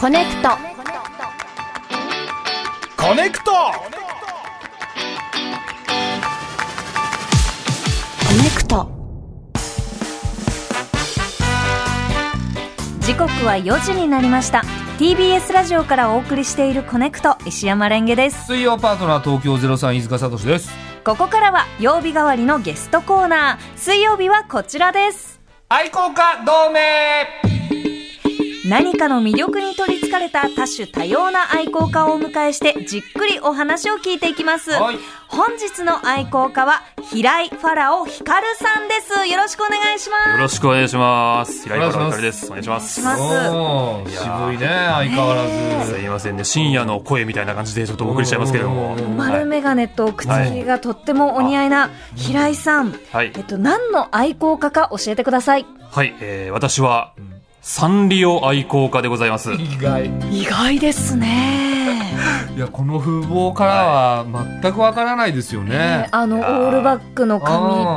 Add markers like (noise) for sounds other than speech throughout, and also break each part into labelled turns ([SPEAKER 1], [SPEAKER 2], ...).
[SPEAKER 1] コネクト
[SPEAKER 2] コネクト
[SPEAKER 1] コネクト
[SPEAKER 3] 時刻は4時になりました TBS ラジオからお送りしているコネクト石山レンゲです
[SPEAKER 2] 水曜パートナー東京ゼロ三飯塚聡です。
[SPEAKER 3] ここからは曜日代わりのゲストコーナー水曜日はこちらです
[SPEAKER 2] 愛好家同盟
[SPEAKER 3] 何かの魅力に取りつかれた多種多様な愛好家をお迎えしてじっくりお話を聞いていきます、
[SPEAKER 2] はい
[SPEAKER 3] 本日の愛好家は平井ファラオヒカルさんですよろしくお願いします
[SPEAKER 4] よろしくお願いします。平井
[SPEAKER 2] お願いし
[SPEAKER 4] 原
[SPEAKER 2] ます
[SPEAKER 4] ゆかりです。お願いします。
[SPEAKER 3] お願いします
[SPEAKER 2] おー渋いね、相変わらず。
[SPEAKER 4] すいませんね、深夜の声みたいな感じでちょっとお送りしちゃいますけれども。
[SPEAKER 2] うんうんうん
[SPEAKER 3] 丸
[SPEAKER 4] は
[SPEAKER 3] 眼鏡と口ひげがとってもお似合いな平井さん、
[SPEAKER 4] はい
[SPEAKER 3] えっと、何の愛好家か教えてください
[SPEAKER 4] い、はいえー私はサンリオ愛好家でございます。
[SPEAKER 2] 意外。
[SPEAKER 3] 意外ですね、
[SPEAKER 2] いや、この風貌からは全くわからないですよね。
[SPEAKER 3] あのオ
[SPEAKER 4] いやー
[SPEAKER 3] ールバックの髪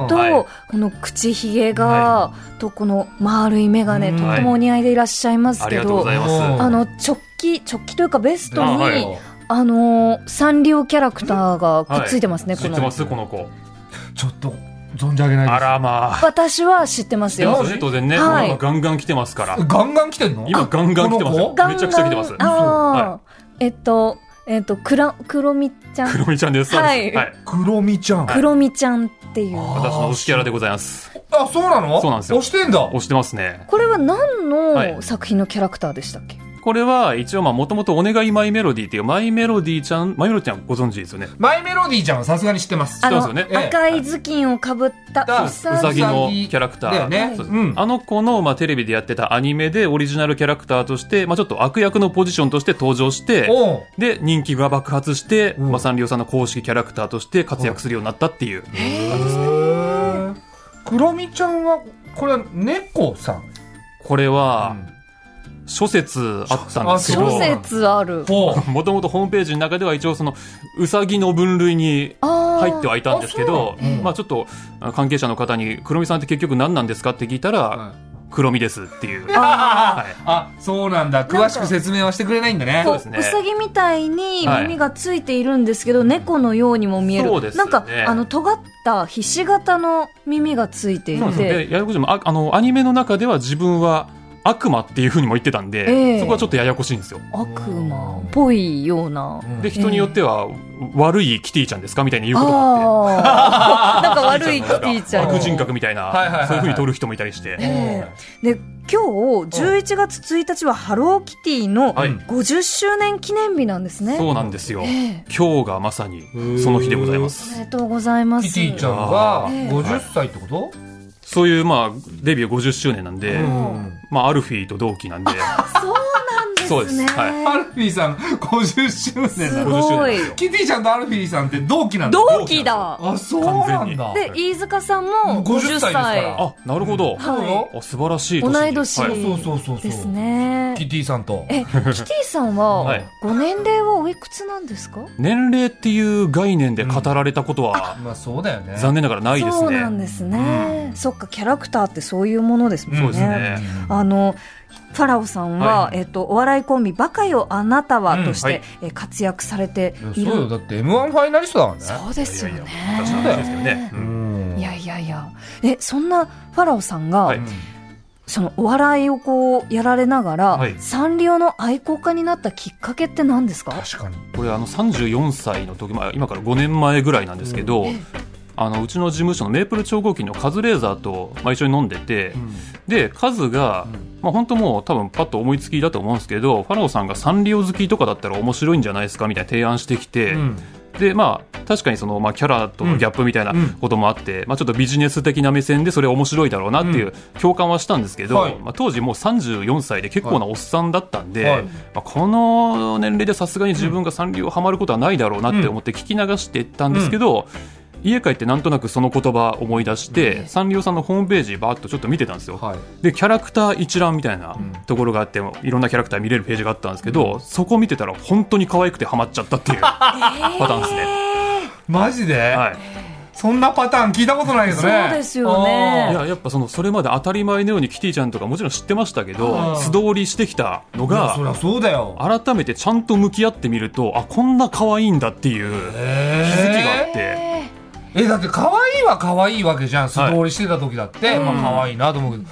[SPEAKER 3] と、
[SPEAKER 2] あ
[SPEAKER 4] ーはい
[SPEAKER 3] この口ひげが、
[SPEAKER 4] は
[SPEAKER 3] とこの丸い眼鏡、
[SPEAKER 2] うん
[SPEAKER 3] とってもお似合いでいらっしゃいます
[SPEAKER 4] あり
[SPEAKER 3] け
[SPEAKER 4] がとう
[SPEAKER 3] ど、
[SPEAKER 4] ございます。
[SPEAKER 2] うん
[SPEAKER 3] あの直帰直帰というかベストにあ、
[SPEAKER 4] あはい
[SPEAKER 3] のーサンリオキャラクターがくっついてますね、
[SPEAKER 4] 知っ
[SPEAKER 3] こ
[SPEAKER 4] てま
[SPEAKER 3] の
[SPEAKER 4] すこの子。
[SPEAKER 2] ちょっと、存じ上げないです。
[SPEAKER 4] あらまあ。
[SPEAKER 3] 私は知ってます
[SPEAKER 4] 知ってま
[SPEAKER 3] よ
[SPEAKER 4] すね当然ね、
[SPEAKER 3] はい
[SPEAKER 4] 今ガンガン来てますから。
[SPEAKER 2] ガンガン来てんの
[SPEAKER 4] 今ガンガン来てますよ
[SPEAKER 2] こ。
[SPEAKER 3] ガンガン
[SPEAKER 4] めちゃくちゃ来てます。
[SPEAKER 3] あーえっとえっとクラクロミちゃん
[SPEAKER 4] 黒みちゃんです。そうです
[SPEAKER 3] はい
[SPEAKER 4] はい。
[SPEAKER 2] の子黒みちゃん。
[SPEAKER 3] クロミちゃんっていう
[SPEAKER 2] あ
[SPEAKER 4] 私の推しキャラでございます。
[SPEAKER 2] あ、そうなの
[SPEAKER 4] そうなんですよ
[SPEAKER 2] 押してんだ。
[SPEAKER 4] 推してますね。
[SPEAKER 3] これは何
[SPEAKER 4] は
[SPEAKER 3] の
[SPEAKER 4] い
[SPEAKER 3] 作品のキャラクターでしたっけ、
[SPEAKER 4] これは一応まあもともとお願いマイメロディっていうマイメロディちゃん、マイメロディちゃんご存知ですよね。
[SPEAKER 2] マイメロディーちゃんはさすがに知ってます。
[SPEAKER 3] あ
[SPEAKER 4] 知ってま
[SPEAKER 3] の
[SPEAKER 4] すよね
[SPEAKER 2] ええ
[SPEAKER 3] 赤い頭巾をかぶった
[SPEAKER 2] だ
[SPEAKER 3] う
[SPEAKER 4] う
[SPEAKER 3] さ
[SPEAKER 4] さ
[SPEAKER 3] ぎ
[SPEAKER 4] ぎのキャラクター。
[SPEAKER 2] だよね。
[SPEAKER 4] そうです
[SPEAKER 2] うん。
[SPEAKER 4] あの子の、まあ、テレビでやってたアニメでオリジナルキャラクターとして、まあ、ちょっと悪役のポジションとして登場して、
[SPEAKER 2] おう
[SPEAKER 4] で、人気が爆発して、
[SPEAKER 2] うん
[SPEAKER 4] まあ、サンリオさんの公式キャラクターとして活躍するようになったっていう。
[SPEAKER 2] へえ。黒みちゃんは、これは猫さん。
[SPEAKER 4] これは、諸説あったんですけ
[SPEAKER 2] あ
[SPEAKER 3] 諸
[SPEAKER 2] そう
[SPEAKER 4] ど、
[SPEAKER 3] 説ある
[SPEAKER 2] ほう。
[SPEAKER 4] もともとホームページの中では一応その、うさぎの分類に入
[SPEAKER 3] 入
[SPEAKER 4] ってはいたんですけど、
[SPEAKER 2] そううん
[SPEAKER 4] まあちょっとあ関係者の方に、黒みさんって結局何なんですかって聞いたら、黒みですっていう。
[SPEAKER 2] あ
[SPEAKER 4] はい
[SPEAKER 2] あ、そうなんだ。詳しく説明はしてくれないんだね
[SPEAKER 3] こ。う
[SPEAKER 4] そうです
[SPEAKER 3] う
[SPEAKER 4] ね
[SPEAKER 3] さぎみたいに耳がついているんですけど、猫のようにも見える
[SPEAKER 4] そうですね
[SPEAKER 3] なんかあの尖ったひし形の耳がついてい
[SPEAKER 4] そうなんですよ
[SPEAKER 3] て
[SPEAKER 4] でややこしいのもああのアニメの中では自分は悪魔っていうふうにも言ってたんで、
[SPEAKER 3] ええ
[SPEAKER 4] そこはちょっとややこしいんですよ
[SPEAKER 3] 悪魔っぽいような。
[SPEAKER 2] うん
[SPEAKER 4] で人によっては、悪いキティちゃんですかみたいに言うことがあって
[SPEAKER 3] あーなんか悪いキティちゃん
[SPEAKER 4] 悪人格みたいな、
[SPEAKER 2] はいはいはいはい
[SPEAKER 4] そういうふうに取る人もいたりして、
[SPEAKER 3] えで今日11月1日はハローキティの
[SPEAKER 4] はい
[SPEAKER 3] 50周年記念日なんですね。
[SPEAKER 4] そうなんですよ、
[SPEAKER 3] ええ
[SPEAKER 4] 今日がまさにその日でございま
[SPEAKER 3] おめ
[SPEAKER 4] す
[SPEAKER 3] でとうございます。
[SPEAKER 2] キティちゃんが
[SPEAKER 3] ええ
[SPEAKER 2] 50歳ってこと
[SPEAKER 4] そういうまあデビュー50周年なんで、
[SPEAKER 2] うん
[SPEAKER 4] まあ、アルフィーと同期なんで
[SPEAKER 3] そうなんですね。
[SPEAKER 4] そうですはい
[SPEAKER 2] アルフィーさん50周年
[SPEAKER 3] す
[SPEAKER 2] な
[SPEAKER 4] ごい
[SPEAKER 2] の。
[SPEAKER 4] 50周
[SPEAKER 3] ご
[SPEAKER 4] 年
[SPEAKER 3] い
[SPEAKER 4] です。よ
[SPEAKER 2] キティちゃんとアルフィーさんって同期なんだ。
[SPEAKER 3] 同期だ。
[SPEAKER 2] あ、そうなんだ。
[SPEAKER 3] で飯塚さんも50
[SPEAKER 2] 50歳ですか
[SPEAKER 3] 歳
[SPEAKER 2] ら
[SPEAKER 4] あなるほど、
[SPEAKER 2] そうよ。
[SPEAKER 4] あ素晴らしい年に
[SPEAKER 3] 同い年
[SPEAKER 4] はい
[SPEAKER 2] そうそうそうそう。
[SPEAKER 3] ですね。
[SPEAKER 2] キティさんと。
[SPEAKER 3] え、キティさんは
[SPEAKER 4] はい
[SPEAKER 3] ご年齢はおいくつなんですか？
[SPEAKER 4] 年齢っていう概念で語られたことは、
[SPEAKER 2] まあそうだよね。
[SPEAKER 4] 残念ながらないですね
[SPEAKER 3] そうなんですね。そっかキャラクターってそういうものですもんね。
[SPEAKER 4] そうですね
[SPEAKER 3] あの。ファラオさんは、
[SPEAKER 2] はい
[SPEAKER 3] えっと、お笑いコンビ「バカよあなたは」として、
[SPEAKER 4] うんはい
[SPEAKER 3] えー活躍されて
[SPEAKER 2] い
[SPEAKER 3] い
[SPEAKER 2] や
[SPEAKER 3] る
[SPEAKER 2] そうよ。だって M1 ファイナリストだからね。
[SPEAKER 3] そうですよね
[SPEAKER 4] いやいや私の話ですけどね、うん
[SPEAKER 3] いやいやいやえそんなファラオさんが、
[SPEAKER 4] はい
[SPEAKER 3] そのお笑いをこうやられながら、
[SPEAKER 4] はい
[SPEAKER 3] サンリオの愛好家になったきっかけって何ですか
[SPEAKER 2] 確かに。
[SPEAKER 4] これあの34歳の時、まあ、今から5年前ぐらいなんですけど、あのうちの事務所のメープル超合金のカズレーザーと、まあ、一緒に飲んでて、でカズが、まあ本当もう多分パッと思いつきだと思うんですけどファラオさんがサンリオ好きとかだったら面白いんじゃないですかみたいな提案してきて、
[SPEAKER 2] うん
[SPEAKER 4] でまあ確かにその、まあ、キャラとのギャップみたいな
[SPEAKER 2] うん
[SPEAKER 4] こともあって、まあ、ちょっとビジネス的な目線でそれ面白いだろうなっていうう共感はしたんですけど、
[SPEAKER 2] はい
[SPEAKER 4] まあ、当時もう34歳で結構なおっさんだったんで、
[SPEAKER 2] はい
[SPEAKER 4] まあ、この年齢でさすがに自分がサンリオハマることはないだろうなって思って聞き流していったんですけど、家帰ってなんとなくその言葉思い出して、サンリオさんのホームページバーっとちょっと見てたんですよ、
[SPEAKER 2] はい。
[SPEAKER 4] でキャラクター一覧みたいなところがあって、いろんなキャラクター見れるページがあったんですけど、そこ見てたら
[SPEAKER 2] (laughs)
[SPEAKER 4] 本当に可愛くてハマっちゃったっていうパターンですね。
[SPEAKER 2] マジで
[SPEAKER 4] はい、
[SPEAKER 2] そんなパターン聞いたことないですね
[SPEAKER 3] そうですよね
[SPEAKER 4] いややっぱそのそれまで当たり前のようにキティちゃんとかもちろん知ってましたけ
[SPEAKER 2] は
[SPEAKER 4] ど
[SPEAKER 2] い
[SPEAKER 4] 素通りしてきたの
[SPEAKER 2] いやそり
[SPEAKER 4] が
[SPEAKER 2] ゃそうだよ
[SPEAKER 4] 改めてちゃんと向き合ってみるとあこんな可愛いんだっていう
[SPEAKER 2] え
[SPEAKER 4] 気づきがあって、
[SPEAKER 2] えだって可愛いは可愛いわけじゃん素通りしてた時だって、まあ可愛いなと思うけど、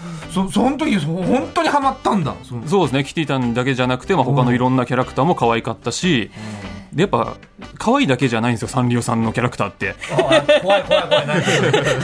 [SPEAKER 2] そその時そ本当にハマったんだその
[SPEAKER 4] そうですねキティちゃんだけじゃなくて、まあ、他のいろんなキャラクターも可愛かったし、でやっぱ可愛いだけじゃないんですよサンリオさんのキャラクターって
[SPEAKER 2] 怖い (laughs) 怖い怖い怖い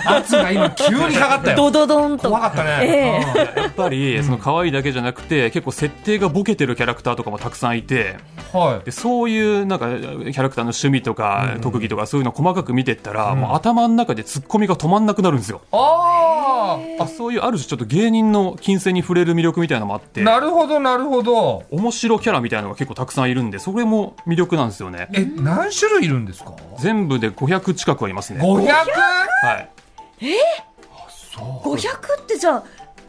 [SPEAKER 2] 何圧が今急にかかったよ
[SPEAKER 3] ドドドンと
[SPEAKER 2] 怖かったね、
[SPEAKER 4] やっぱりその可愛いだけじゃなくて結構設定がボケてるキャラクターとかもたくさんいて
[SPEAKER 2] うんはい
[SPEAKER 4] でそういうなんかキャラクターの趣味とか特技とかそういうの細かく見てったら、もう頭の中でツッコミが止まんなくなるんですよ。
[SPEAKER 2] あ
[SPEAKER 4] あそういうある種ちょっと芸人の金銭に触れる魅力みたいなのもあって
[SPEAKER 2] あなるほどなるほど
[SPEAKER 4] 面白キャラみたいなのが結構たくさんいるんでそれも魅力なんですよね
[SPEAKER 2] え何種類いるんですか
[SPEAKER 4] 全部で500近くありますね
[SPEAKER 2] 500?
[SPEAKER 4] はい
[SPEAKER 3] 500ってじゃあ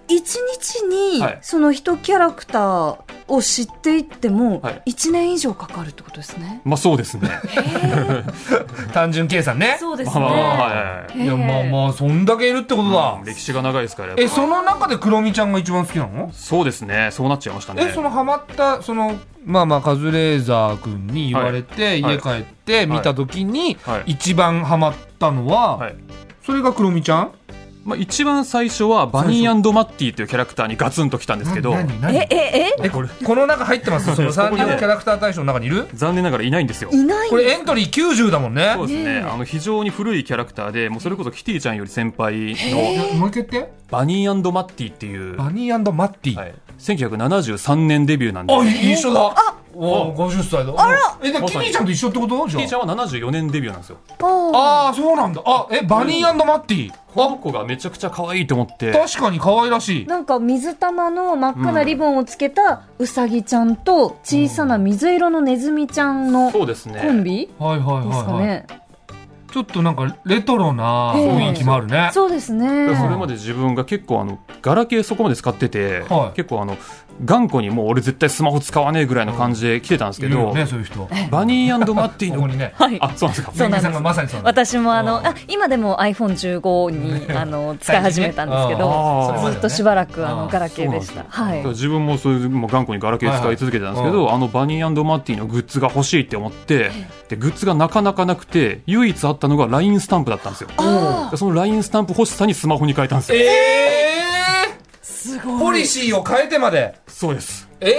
[SPEAKER 3] 1日に
[SPEAKER 4] はい
[SPEAKER 3] その1キャラクターを知っていっても
[SPEAKER 4] はい
[SPEAKER 3] 1年以上かかるってことですね、
[SPEAKER 4] まあそう
[SPEAKER 2] (laughs)
[SPEAKER 4] ですね
[SPEAKER 2] 単純計算ね
[SPEAKER 3] そうです
[SPEAKER 4] ま
[SPEAKER 3] ね、
[SPEAKER 2] (laughs)
[SPEAKER 4] あまあまあはいはい
[SPEAKER 3] へ
[SPEAKER 2] い
[SPEAKER 3] え
[SPEAKER 2] やまあまあそんだけいるってことだ、
[SPEAKER 4] 歴史が長いですからやっぱ
[SPEAKER 2] えその中でクロミちゃんが一番好きなの
[SPEAKER 4] そうですねそうなっちゃいましたね
[SPEAKER 2] えそのハマったそのまあまあカズレーザー君に言われて、
[SPEAKER 4] はい
[SPEAKER 2] 家帰って見た時に、
[SPEAKER 4] はい
[SPEAKER 2] 一番ハマったのは、
[SPEAKER 4] はい
[SPEAKER 2] それがクロミちゃん
[SPEAKER 4] まあ、一番最初はバニーマッティというキャラクターにガツンときたんですけど
[SPEAKER 2] な何何
[SPEAKER 3] えええ
[SPEAKER 2] えこの中入ってますその3
[SPEAKER 4] ここ
[SPEAKER 2] 人
[SPEAKER 4] に
[SPEAKER 2] の
[SPEAKER 4] ね
[SPEAKER 2] キャラクター大賞の中にいる
[SPEAKER 4] 残念ながらいないんですよ
[SPEAKER 3] いない
[SPEAKER 2] これエントリー90だもんね
[SPEAKER 4] そうです
[SPEAKER 3] ねえ
[SPEAKER 4] ねあの非常に古いキャラクターでもうそれこそキティちゃんより先輩
[SPEAKER 2] い
[SPEAKER 4] の
[SPEAKER 2] やもう一回言って
[SPEAKER 4] バニーマッティっていう、
[SPEAKER 2] バニーマッティ、
[SPEAKER 4] はい、1973年デビューなんで
[SPEAKER 2] あい一緒だおお50歳だあらえでキミちゃんと一緒ってことじ
[SPEAKER 4] キ
[SPEAKER 2] ゃ
[SPEAKER 4] ティちゃ
[SPEAKER 2] あ
[SPEAKER 4] んは74年デビューなんですよ
[SPEAKER 3] あ
[SPEAKER 2] あーそうなんだあえバニーマッティ、
[SPEAKER 4] この子がめちゃくちゃ可愛いと思って
[SPEAKER 2] 確かに可愛らしい
[SPEAKER 3] なんか水玉の真っ赤なリボンをつけたうさぎちゃんと小さな水色のネズミちゃんのコ
[SPEAKER 4] そうですね
[SPEAKER 3] ンビ
[SPEAKER 2] はいはいはい、
[SPEAKER 3] で
[SPEAKER 2] はい、
[SPEAKER 3] すかね、
[SPEAKER 2] ちょっとなんかレトロな
[SPEAKER 3] ええ
[SPEAKER 2] 雰囲気もあるね。
[SPEAKER 3] そうですね
[SPEAKER 4] それまで自分が結構あのガラケーそこまで使ってて、
[SPEAKER 2] はい
[SPEAKER 4] 結構あの頑固にもう俺絶対スマホ使わねえぐらいの感じで来てたんですけ
[SPEAKER 2] いる
[SPEAKER 4] ど、
[SPEAKER 2] よね、そういう人。こ
[SPEAKER 4] バニーマッティの
[SPEAKER 2] こにね、
[SPEAKER 3] はい
[SPEAKER 4] あそうなんですか
[SPEAKER 3] そうなんです
[SPEAKER 2] さんがまさにそうなんです。
[SPEAKER 3] 私もあの
[SPEAKER 2] うん
[SPEAKER 3] あ今でも iPhone15 にあの使い始めたんですけ
[SPEAKER 4] あ
[SPEAKER 3] ど
[SPEAKER 4] ー
[SPEAKER 3] ずっとしばらくあ
[SPEAKER 2] あ
[SPEAKER 3] の
[SPEAKER 2] ー
[SPEAKER 3] ガラケーでした
[SPEAKER 4] そう
[SPEAKER 3] は
[SPEAKER 4] なんですよだ
[SPEAKER 3] い
[SPEAKER 4] から自分もそういうもう頑固にガラケー使い続けてたんですけど、
[SPEAKER 2] は
[SPEAKER 4] あのバニーマッティのグッズが欲しいって思ってでグッズがなかなかなくて唯一あったのが LINE スタンプだったんですよ
[SPEAKER 3] あ
[SPEAKER 4] でその LINE スタンプ欲しさにスマホに変えたんですよ
[SPEAKER 2] え
[SPEAKER 3] す
[SPEAKER 2] えー、ポ
[SPEAKER 3] ご
[SPEAKER 2] リシーを変えてまで。
[SPEAKER 4] そうです
[SPEAKER 2] え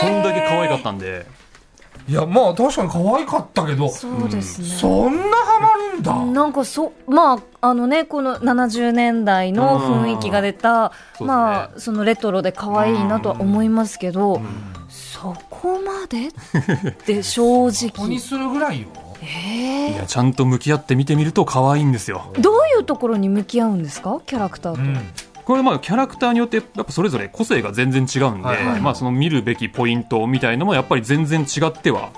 [SPEAKER 4] そん
[SPEAKER 2] え
[SPEAKER 4] だけ可愛かったんで、
[SPEAKER 2] ー。いや、まあ確かに可愛かったけど、そ
[SPEAKER 3] そうですね
[SPEAKER 2] んなハマるんだ。
[SPEAKER 3] なんかそまああのねこの70年代の雰囲気が出た、
[SPEAKER 4] うんそう
[SPEAKER 3] ま
[SPEAKER 4] です
[SPEAKER 3] あそのレトロで可愛いなとは思いますけど、そこまでって正
[SPEAKER 4] (laughs)
[SPEAKER 2] ここに
[SPEAKER 3] 直
[SPEAKER 2] するぐらいよ。
[SPEAKER 4] いやちゃんと向き合って見てみると可愛いんですよ
[SPEAKER 3] どういうところに向き合うんですかキャラクターと、
[SPEAKER 2] うん。
[SPEAKER 4] これまあキャラクターによってやっぱそれぞれ個性が全然違うんで、
[SPEAKER 2] はいはい
[SPEAKER 4] まあ、その見るべきポイントみたいのもやっぱり全然違っては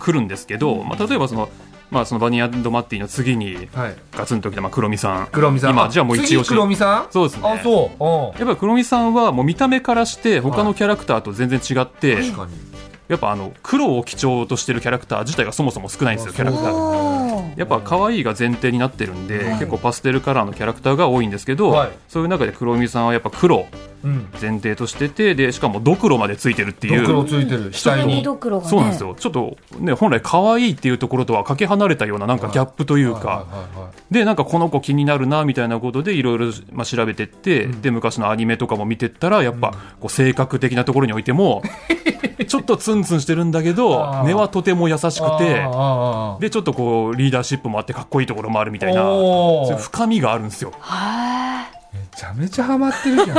[SPEAKER 4] くるんですけど、まあ、例えばその,、まあ、そのバニーマッティの次に
[SPEAKER 2] はい。
[SPEAKER 4] ガツンときたまあ黒美さん
[SPEAKER 2] 黒みさん。
[SPEAKER 4] 今じゃあもう一押し
[SPEAKER 2] 黒みさん
[SPEAKER 4] そうですね
[SPEAKER 2] あ、そう。
[SPEAKER 4] やっぱり黒美さんはもう見た目からして他のキャラクターと全然違って、
[SPEAKER 2] うん。確かに。
[SPEAKER 4] やっぱあの黒を基調としてるキャラクター自体がそもそも少ないんですよキャラクターが。
[SPEAKER 3] おー
[SPEAKER 4] やっぱ可愛いが前提になってるんで、
[SPEAKER 3] はい
[SPEAKER 4] 結構パステルカラーのキャラクターが多いんですけど、
[SPEAKER 2] はい
[SPEAKER 4] そういう中で黒美さんはやっぱ黒
[SPEAKER 2] うん。
[SPEAKER 4] 前提としててでしかもドクロまでついてるってい
[SPEAKER 2] ドクロ
[SPEAKER 4] う
[SPEAKER 2] ついてる。
[SPEAKER 3] 下
[SPEAKER 2] 額
[SPEAKER 3] に
[SPEAKER 2] に。
[SPEAKER 3] ドクロがね
[SPEAKER 4] そうなんですよちょっとね本来可愛いっていうところとはかけ離れたようななんかギャップという
[SPEAKER 2] はい
[SPEAKER 4] か
[SPEAKER 2] はいはい
[SPEAKER 4] でなんかこの子気になるなみたいなことでいろいろまあ調べてって、
[SPEAKER 2] うん
[SPEAKER 4] で昔のアニメとかも見てったらやっぱこう性格的なところにおい
[SPEAKER 2] (laughs)
[SPEAKER 4] てもちょっとツンツンしてるんだけ
[SPEAKER 2] あ
[SPEAKER 4] ど
[SPEAKER 2] ー
[SPEAKER 4] 根はとても優しく
[SPEAKER 2] あ
[SPEAKER 4] て
[SPEAKER 2] ーあーあー
[SPEAKER 4] でちょっとこうリーダーシップもあってかっこいいところもあるみたいな
[SPEAKER 2] おー
[SPEAKER 4] そういう深みがあるんですよ。
[SPEAKER 3] は
[SPEAKER 2] めちゃめちゃハマってる (laughs) じゃん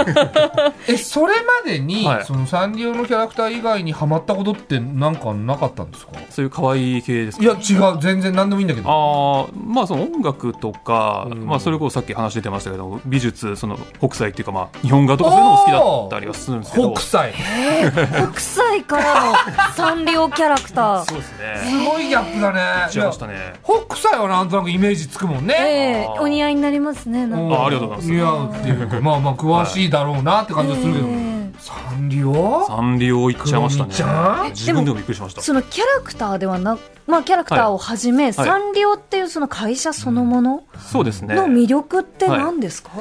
[SPEAKER 2] えそれまでに、
[SPEAKER 4] はい
[SPEAKER 2] そのサンリオのキャラクター以外にハマったことってなんかなかったんですか
[SPEAKER 4] そういう可愛い系です
[SPEAKER 2] いや違う全然何でもいいんだけど
[SPEAKER 4] あーまあその音楽とか、
[SPEAKER 2] うん
[SPEAKER 4] まあ、それこそさっき話出てましたけど美術その北斎っていうかまあ日本画とかそういうのも好きだったりはするんですけど
[SPEAKER 2] 北斎す
[SPEAKER 3] ー北斎からのサンリオキャラクタ
[SPEAKER 4] (laughs)
[SPEAKER 3] ー
[SPEAKER 4] そうですね
[SPEAKER 2] ごいギャップだね
[SPEAKER 4] 違いましたね
[SPEAKER 2] いや北斎はなんとなくイメージつくもんね、
[SPEAKER 3] ええお似合いになりますねなん
[SPEAKER 2] ん
[SPEAKER 3] か
[SPEAKER 4] あありがとうございます
[SPEAKER 2] 似合うっていうかまあまあ詳しいだろうなって感じがするけど、
[SPEAKER 3] ええ
[SPEAKER 2] サンリオ
[SPEAKER 4] サンリオ行っちゃいました
[SPEAKER 2] クロミちゃ
[SPEAKER 4] ね
[SPEAKER 2] ん
[SPEAKER 4] 自分でもびっくりしました
[SPEAKER 3] そのキャラクターではなまあキャラクターをはじめ、サンリオっていうその会社そのもの
[SPEAKER 4] そうですね
[SPEAKER 3] の魅力って何ですか、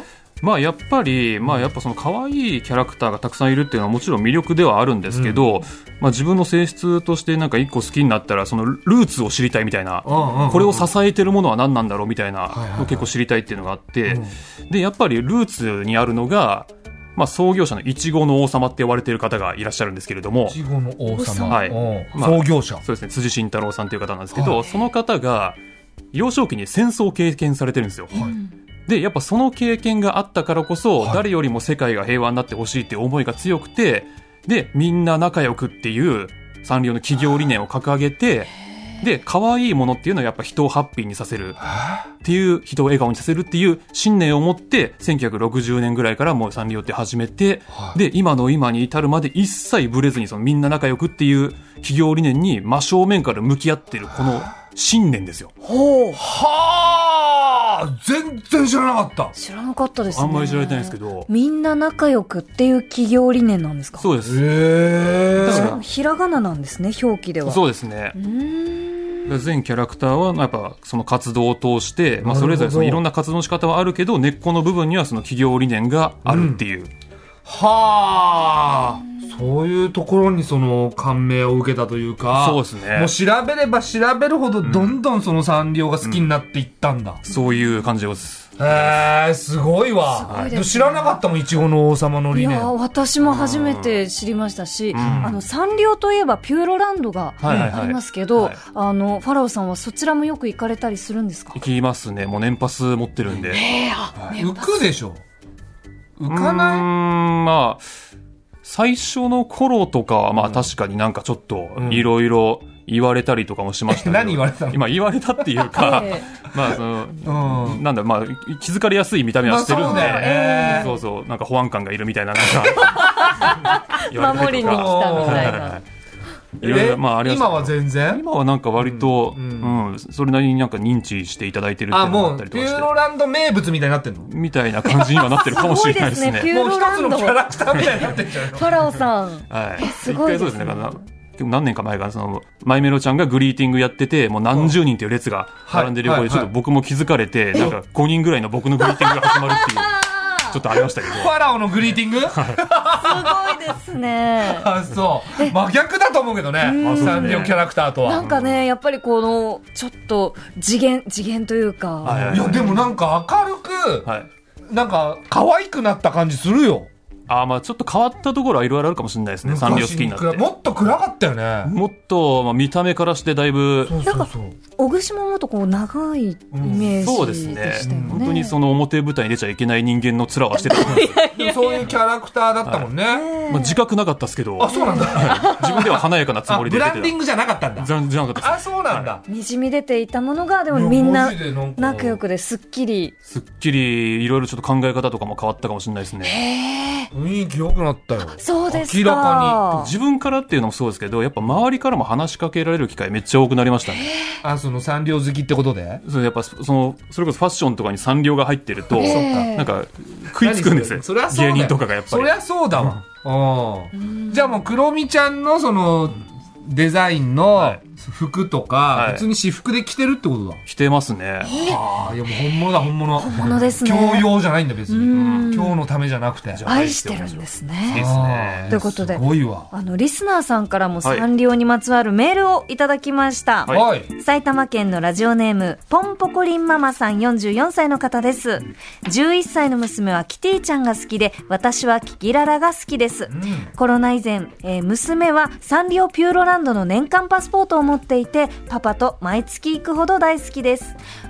[SPEAKER 4] まあやっぱり、まあ、やっぱその可愛いキャラクターがたくさんいるっていうのはもちろん魅力ではあるんですけど、まあ、自分の性質としてなんか一個好きになったらそのルーツを知りたいみたいな、
[SPEAKER 2] うんうんうん
[SPEAKER 4] これを支えてるものは何なんだろうみたいな、
[SPEAKER 2] はいはいはい
[SPEAKER 4] 結構知りたいっていうのがあって、でやっぱりルーツにあるのが、まあ、創業者のいちごの王様って呼ばれている方がいらっしゃるんですけれども
[SPEAKER 2] いちごの王様、
[SPEAKER 4] はい
[SPEAKER 2] うん
[SPEAKER 4] まあ
[SPEAKER 2] 創業者、
[SPEAKER 4] そうですね辻慎太郎さんっていう方なんですけ
[SPEAKER 2] は
[SPEAKER 4] ど、その方が幼少期に戦争を経験されてるんですよ。でやっぱその経験があったからこそ、
[SPEAKER 2] はい
[SPEAKER 4] 誰よりも世界が平和になってほしいっていう思いが強くてでみんな仲良くっていうサンリオの企業理念を掲げてで可愛いものっていうのはやっぱ人をハッピーにさせるっていう人を笑顔にさせるっていう信念を持って1960年ぐらいからもうサンリオって始めて、
[SPEAKER 2] はい
[SPEAKER 4] で今の今に至るまで一切ブレずにそのみんな仲良くっていう企業理念に真正面から向き合ってるこの信念ですよ。
[SPEAKER 3] ほう
[SPEAKER 2] はあ全然知らなかった
[SPEAKER 3] 知らなかったですね
[SPEAKER 4] あんまり知られてないんですけど。
[SPEAKER 3] みんな仲良くっていう企業理念なんですか
[SPEAKER 4] そうです。
[SPEAKER 2] へ
[SPEAKER 4] だ
[SPEAKER 2] え
[SPEAKER 4] から
[SPEAKER 3] ひらがななんですね表記では
[SPEAKER 4] そううですね。
[SPEAKER 3] うーん
[SPEAKER 4] 全キャラクターは、やっぱ、その活動を通して、まあ、
[SPEAKER 2] なるほど
[SPEAKER 4] それぞれそのいろんな活動の仕方はあるけど、根っこの部分にはその企業理念があるっていう。
[SPEAKER 2] はあそういうところにその感銘を受けたというか
[SPEAKER 4] そうですね
[SPEAKER 2] もう調べれば調べるほどどんどんそのサンリオが好きになっていったんだ、
[SPEAKER 4] そういう感じです。
[SPEAKER 2] へえすごいわ
[SPEAKER 3] すごいですね
[SPEAKER 2] 知らなかったもんいちごの王様の
[SPEAKER 3] い
[SPEAKER 2] 理念
[SPEAKER 3] やー私も初めて知りましたし、あのサンリオといえばピューロランドが
[SPEAKER 4] はいはいはい
[SPEAKER 3] ありますけど、
[SPEAKER 4] はい
[SPEAKER 3] あのファラオさんはそちらもよく行かれたりするんですか
[SPEAKER 4] いきますね。もう年パス持ってるんで。
[SPEAKER 3] えーあね、
[SPEAKER 2] 浮くでしょ浮か
[SPEAKER 4] うー
[SPEAKER 2] ない
[SPEAKER 4] ん、まあ、最初の頃とかは、まあ確かになんかちょっと、いろいろ言われたりとかもしました (laughs) けど。
[SPEAKER 2] 何言われたの
[SPEAKER 4] 今言われたっていうか (laughs)
[SPEAKER 3] え
[SPEAKER 4] まあその、
[SPEAKER 2] うん
[SPEAKER 4] なんだまあ気づかれやすい見た目はしてるん
[SPEAKER 2] まあそう
[SPEAKER 4] で、
[SPEAKER 2] だよね
[SPEAKER 4] そうそうなんか保安官がいるみたいななんか (laughs) 言われた
[SPEAKER 3] 守
[SPEAKER 4] り
[SPEAKER 3] り
[SPEAKER 4] と
[SPEAKER 3] に来
[SPEAKER 4] か
[SPEAKER 3] たみたい
[SPEAKER 4] はいはいは。
[SPEAKER 3] ない
[SPEAKER 4] いろい
[SPEAKER 2] え
[SPEAKER 4] ろまあありますけ
[SPEAKER 2] 今
[SPEAKER 4] ど
[SPEAKER 2] は全然
[SPEAKER 4] 今はなんか割と、
[SPEAKER 2] う
[SPEAKER 4] うんんそれなりになんか認知していただいてるってい
[SPEAKER 2] あ
[SPEAKER 4] うのがあ
[SPEAKER 2] も
[SPEAKER 4] っ
[SPEAKER 2] う
[SPEAKER 4] たり
[SPEAKER 2] ピ
[SPEAKER 4] と
[SPEAKER 2] ュ
[SPEAKER 4] かし
[SPEAKER 2] ー
[SPEAKER 4] て
[SPEAKER 2] ロランド名物みたいになってんのも
[SPEAKER 4] みたいな感じにはなってるかもしれないですね
[SPEAKER 3] すごいですねピュー
[SPEAKER 2] う一つのキャラクターみたいになってんじゃん
[SPEAKER 4] (laughs)
[SPEAKER 3] ファラオさん
[SPEAKER 4] はい、
[SPEAKER 3] すごいですね
[SPEAKER 4] 一回そうですねだから結構何年か前からそのマイメロちゃんがグリーティングやっててもう何十人という列が並んでる横
[SPEAKER 2] はい
[SPEAKER 4] でちょっと僕も気づかれて、なんか5人ぐらいの僕のグリーティングが始ま
[SPEAKER 2] (laughs)
[SPEAKER 4] るっていうちょっとありましたけど
[SPEAKER 2] ファラオのグリーティング
[SPEAKER 3] すごいです
[SPEAKER 4] (laughs)
[SPEAKER 3] ね
[SPEAKER 2] あそう真逆だと思うけどね
[SPEAKER 4] ん
[SPEAKER 2] サンリオキャラクターと
[SPEAKER 3] な
[SPEAKER 2] は
[SPEAKER 3] んかねやっぱりこのちょっと次元次元というか、
[SPEAKER 4] はいはい
[SPEAKER 2] いやでもなんか明るく
[SPEAKER 4] はい
[SPEAKER 2] なんか可愛くなった感じするよ
[SPEAKER 4] あーまあちょっと変わったところはいろいろあるかもしれないですねサンリオ好きになって
[SPEAKER 2] 昔比べもっと暗かったよね
[SPEAKER 4] もっと、まあ、見た目からしてだいぶ
[SPEAKER 2] そうそうそう
[SPEAKER 3] 小串ももっとこう長いイメー
[SPEAKER 4] そう
[SPEAKER 3] ジ
[SPEAKER 4] で
[SPEAKER 3] ですした
[SPEAKER 4] ね
[SPEAKER 3] よね。
[SPEAKER 4] 本当にその表舞台に出ちゃいけない人間の面
[SPEAKER 2] (laughs)
[SPEAKER 4] はしてたと思うんですよ
[SPEAKER 2] でもそういうキャラクターだったもんね
[SPEAKER 4] まあ自覚なかったですけど
[SPEAKER 2] あそうなんだ
[SPEAKER 4] 自分では華やかなつ
[SPEAKER 2] あ
[SPEAKER 4] もり
[SPEAKER 2] ブ
[SPEAKER 4] で出
[SPEAKER 2] ラ
[SPEAKER 4] て
[SPEAKER 2] ン
[SPEAKER 4] た
[SPEAKER 2] ディングじゃなかったんだ
[SPEAKER 4] じゃんじゃなかったで
[SPEAKER 2] あそうなんだ
[SPEAKER 3] にじみ出ていたものがでも
[SPEAKER 2] いや
[SPEAKER 3] みんな
[SPEAKER 2] マジでなんか
[SPEAKER 3] 仲良くですっきり
[SPEAKER 4] すすっきりいろいろちょっと考え方とかも変わったかもしれないですね
[SPEAKER 2] 雰囲気良くなったよ
[SPEAKER 3] そうですか
[SPEAKER 2] 明らか
[SPEAKER 4] 自分からっていうのもそうですけどやっぱ周りからも話しかけられる機会めっちゃ多くなりましたね、
[SPEAKER 2] あそのサンリオ好きってことで
[SPEAKER 4] そうやっぱそのそれこそファッションとかにサンリオが入ってると、
[SPEAKER 3] ええ
[SPEAKER 4] なんか食いつくんですよ
[SPEAKER 2] そりゃそうだ
[SPEAKER 4] 芸
[SPEAKER 2] よ
[SPEAKER 4] 人とかがやっぱ
[SPEAKER 2] そ
[SPEAKER 4] り
[SPEAKER 2] りゃそうだわうんじゃあもうクロミちゃんのそのデザインの服とか
[SPEAKER 4] い
[SPEAKER 2] 普通に私服で着てるってことだ
[SPEAKER 4] 着てますね
[SPEAKER 2] ああいやもう本物だ本物本
[SPEAKER 3] 物ですね
[SPEAKER 2] 教養じゃないんだ別に今日のためじゃなくて
[SPEAKER 4] じゃあ
[SPEAKER 3] 愛してるんです
[SPEAKER 4] いい
[SPEAKER 3] ね
[SPEAKER 4] で。すね
[SPEAKER 2] あー
[SPEAKER 3] ということです
[SPEAKER 2] ごいわ
[SPEAKER 3] あのリスナーさんからも
[SPEAKER 4] はい
[SPEAKER 3] サンリオにまつわるメールをいただきました。
[SPEAKER 4] はい
[SPEAKER 2] はい
[SPEAKER 3] 埼玉県のラジオネーム、ポンポコリンママさん44歳の方です。11歳の娘はキティちゃんが好きで、私はキキララが好きです。コロナ以前、えー娘はサンリオピューロランドの年間パスポートを持っていて、パパと毎月行くほど大好きです。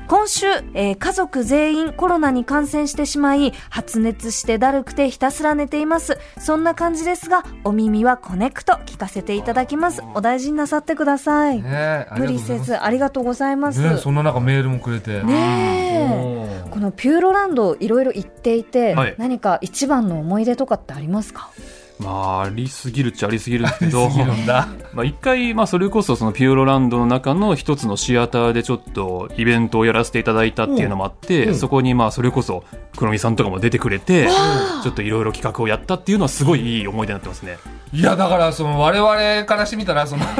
[SPEAKER 3] 今週、えー家族全員コロナに感染してしまい、発熱してだるくてひたすら寝ています。そんな感じですが、お耳はコネクト聞かせていただきます。お大事になさってください。
[SPEAKER 2] ねえあり
[SPEAKER 3] 無理せ
[SPEAKER 2] がとうございます
[SPEAKER 3] ずありがとうございます。
[SPEAKER 2] ねそんな中メールもくれて
[SPEAKER 3] ねえ
[SPEAKER 2] うん
[SPEAKER 3] このピューロランドいろいろ行っていて、
[SPEAKER 4] はい
[SPEAKER 3] 何か一番の思い出とかってありますか？
[SPEAKER 4] まあありすぎるっちゃありすぎるんですけど
[SPEAKER 2] すぎるんだ。
[SPEAKER 4] まあ、一回、まあ、それこそそのピューロランドの中の一つのシアターでちょっとイベントをやらせていただいたっていうのもあって、
[SPEAKER 2] うん
[SPEAKER 4] そこにまあそれこそ黒木さんとかも出てくれて、ちょっといろいろ企画をやったっていうのはすごいいい思い出になってますね。
[SPEAKER 2] いやだからその我々からしてみたらその (laughs)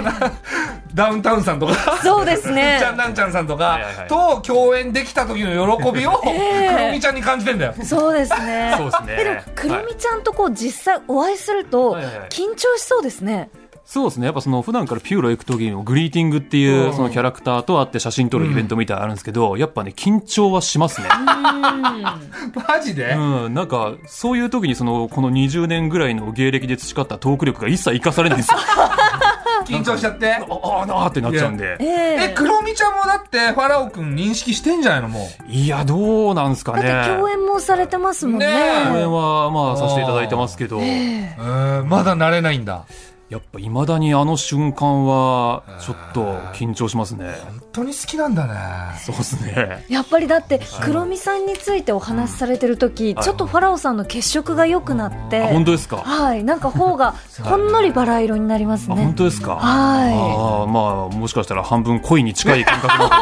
[SPEAKER 2] ダウンタウンさんとか。
[SPEAKER 3] そうですね
[SPEAKER 2] (laughs) ちゃんなんちゃんさんと
[SPEAKER 4] は
[SPEAKER 2] か
[SPEAKER 4] いはいはい
[SPEAKER 2] と共演できた時の喜びを
[SPEAKER 3] (laughs) え
[SPEAKER 2] クロミちゃんに感じてんだよ。
[SPEAKER 3] そうですね
[SPEAKER 4] そうですね
[SPEAKER 3] えでもくるみちゃんとこう実際お会いすると
[SPEAKER 4] はいはいはい
[SPEAKER 3] 緊張しそうですね、
[SPEAKER 4] そうですねやっぱその普段からピューロ行く時のグリーティングっていううんそのキャラクターと会って写真撮るイベントみたいなのあるんですけど、やっぱね緊張はしますね。
[SPEAKER 2] マジで。
[SPEAKER 4] うん、なんかそういう時にそのこの20年ぐらいの芸歴で培ったトーク力が一切生かされないん (laughs) ですよ。
[SPEAKER 2] 緊張しちゃって。
[SPEAKER 4] ああなーってなっちゃうんで。
[SPEAKER 3] え
[SPEAKER 2] え
[SPEAKER 3] え
[SPEAKER 2] クロミちゃんもだってファラオ君認識してんじゃないのも
[SPEAKER 4] いやどうなんですかね。
[SPEAKER 3] だって共演もされてますもんね
[SPEAKER 2] ねえ
[SPEAKER 4] 共演はまあさせていただいてますけど、や
[SPEAKER 2] う。えーまだ慣れないんだ。
[SPEAKER 4] っぱいまだにあの瞬間はちょっと緊張しますね。
[SPEAKER 2] 本当に好きなんだね。
[SPEAKER 4] そうですね。
[SPEAKER 3] やっぱりだって黒美さんについてお話しされてる時、
[SPEAKER 4] はい
[SPEAKER 3] ちょっとファラオさんの血色が良くなって、
[SPEAKER 4] あ本当ですか。
[SPEAKER 3] はいなんか頬
[SPEAKER 4] (laughs)
[SPEAKER 3] がほんのりバラ色になります
[SPEAKER 4] あ本
[SPEAKER 3] ね
[SPEAKER 4] 当ですか。
[SPEAKER 3] は
[SPEAKER 4] ああまあもしかしたら半分恋に近い
[SPEAKER 3] (laughs)
[SPEAKER 4] 感覚なのか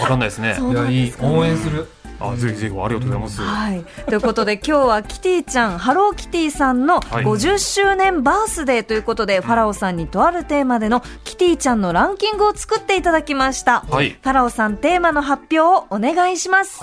[SPEAKER 4] わかんないですね
[SPEAKER 3] い。そう
[SPEAKER 2] い
[SPEAKER 3] な
[SPEAKER 2] や
[SPEAKER 3] ん
[SPEAKER 2] い
[SPEAKER 3] で
[SPEAKER 2] い
[SPEAKER 3] すかね
[SPEAKER 2] 応援する。
[SPEAKER 4] あぜひぜひありがとうございます。
[SPEAKER 3] はい、ということで (laughs) 今日はキティちゃんハローキティさんの
[SPEAKER 4] はい
[SPEAKER 3] 50周年バースデーということで、ファラオさんにとあるテーマでのキティちゃんのランキングを作っていただきました、
[SPEAKER 4] はい
[SPEAKER 3] ファラオさんテーマの発表をお願いします、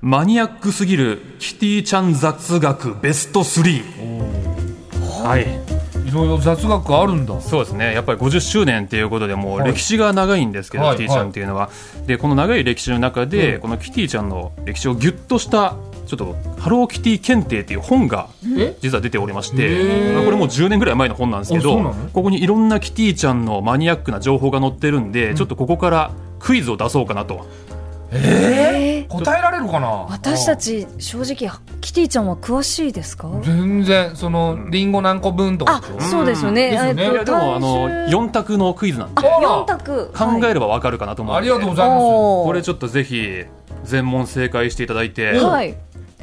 [SPEAKER 4] マニアックすぎるキティちゃん雑学ベスト3。はい。
[SPEAKER 2] いろいろ雑学あるんだ。
[SPEAKER 4] そうですねやっぱり50周年ということでもう歴史が長いんですけど、
[SPEAKER 2] はい
[SPEAKER 4] キティちゃんっていうのは、でこの長い歴史の中で、このキティちゃんの歴史をギュッとしたちょっとハローキティ検定っていう本が実は出ておりまして、まあ、これもう10年ぐらい前の本なんですけ
[SPEAKER 2] あそうな
[SPEAKER 4] ど
[SPEAKER 2] の
[SPEAKER 4] ここにいろんなキティちゃんのマニアックな情報が載ってるんで、ちょっとここからクイズを出そうかなと
[SPEAKER 2] えー、答えられるかな
[SPEAKER 3] 私たち正直キティちゃんは詳しいですか
[SPEAKER 2] 全然そのリンゴ何個分とか
[SPEAKER 3] あ
[SPEAKER 2] でしょ
[SPEAKER 3] そうですよね、
[SPEAKER 2] ですよね
[SPEAKER 3] えっ
[SPEAKER 4] い
[SPEAKER 3] と
[SPEAKER 4] やでもあの
[SPEAKER 3] 体重
[SPEAKER 4] 4択のクイズなんで
[SPEAKER 2] あ
[SPEAKER 3] 四択
[SPEAKER 4] 考え
[SPEAKER 3] る
[SPEAKER 4] ればわかるかなと思う
[SPEAKER 2] あ
[SPEAKER 4] ん
[SPEAKER 2] り
[SPEAKER 4] で、
[SPEAKER 2] がとうございま
[SPEAKER 4] これちょっとぜひ全問正解していただいて。
[SPEAKER 3] はい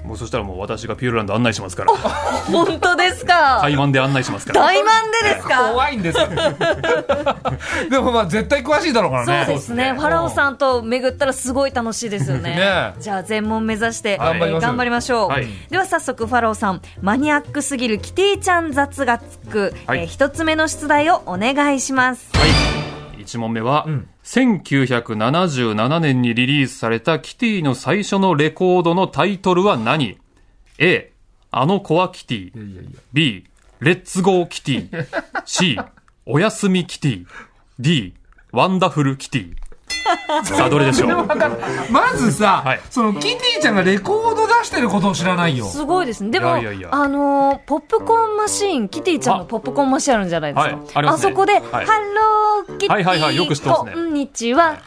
[SPEAKER 4] もうそしたらもう私がピューロランド案内しますから
[SPEAKER 3] 本当ですか、
[SPEAKER 4] 台湾で案内しますから
[SPEAKER 3] 大満でです
[SPEAKER 2] す。
[SPEAKER 3] か
[SPEAKER 2] 怖いんです
[SPEAKER 3] (laughs)
[SPEAKER 2] よ。でもまあ絶対詳しいだろうからね。
[SPEAKER 3] そうですね。ファラオさんと巡ったらすごい楽しいですよね。
[SPEAKER 2] ね
[SPEAKER 3] じゃあ全問目指して、
[SPEAKER 2] はい
[SPEAKER 3] えー頑
[SPEAKER 2] 頑
[SPEAKER 3] 張
[SPEAKER 2] 張
[SPEAKER 3] り
[SPEAKER 2] り
[SPEAKER 3] ましょう。
[SPEAKER 4] はい
[SPEAKER 3] では早速ファラオさん、マニアックすぎるキティちゃん雑学、
[SPEAKER 4] はい
[SPEAKER 3] えー一つ目の出題をお願いします。
[SPEAKER 4] 1問目は、1977年にリリースされたキティの最初のレコードのタイトルは何 ?A あの子はキティ B レッツゴーキテ (laughs) ィ C おやすみキティ D ワンダフルキティ
[SPEAKER 3] (laughs)
[SPEAKER 4] さあどれでしょう
[SPEAKER 2] まずさ、
[SPEAKER 4] はい
[SPEAKER 2] そのキティちゃんがレコード出してることを知らないよ。
[SPEAKER 3] すごいですね。でも、
[SPEAKER 4] いやいやいや
[SPEAKER 3] あのーポップコーンマシーン、キティちゃんのポップコーンマシーンあるんじゃないですか。
[SPEAKER 4] はいありますね
[SPEAKER 3] そこで、
[SPEAKER 4] はい
[SPEAKER 3] ハローキティ、
[SPEAKER 4] はいはいはいよく知ってますね
[SPEAKER 3] こんにちは。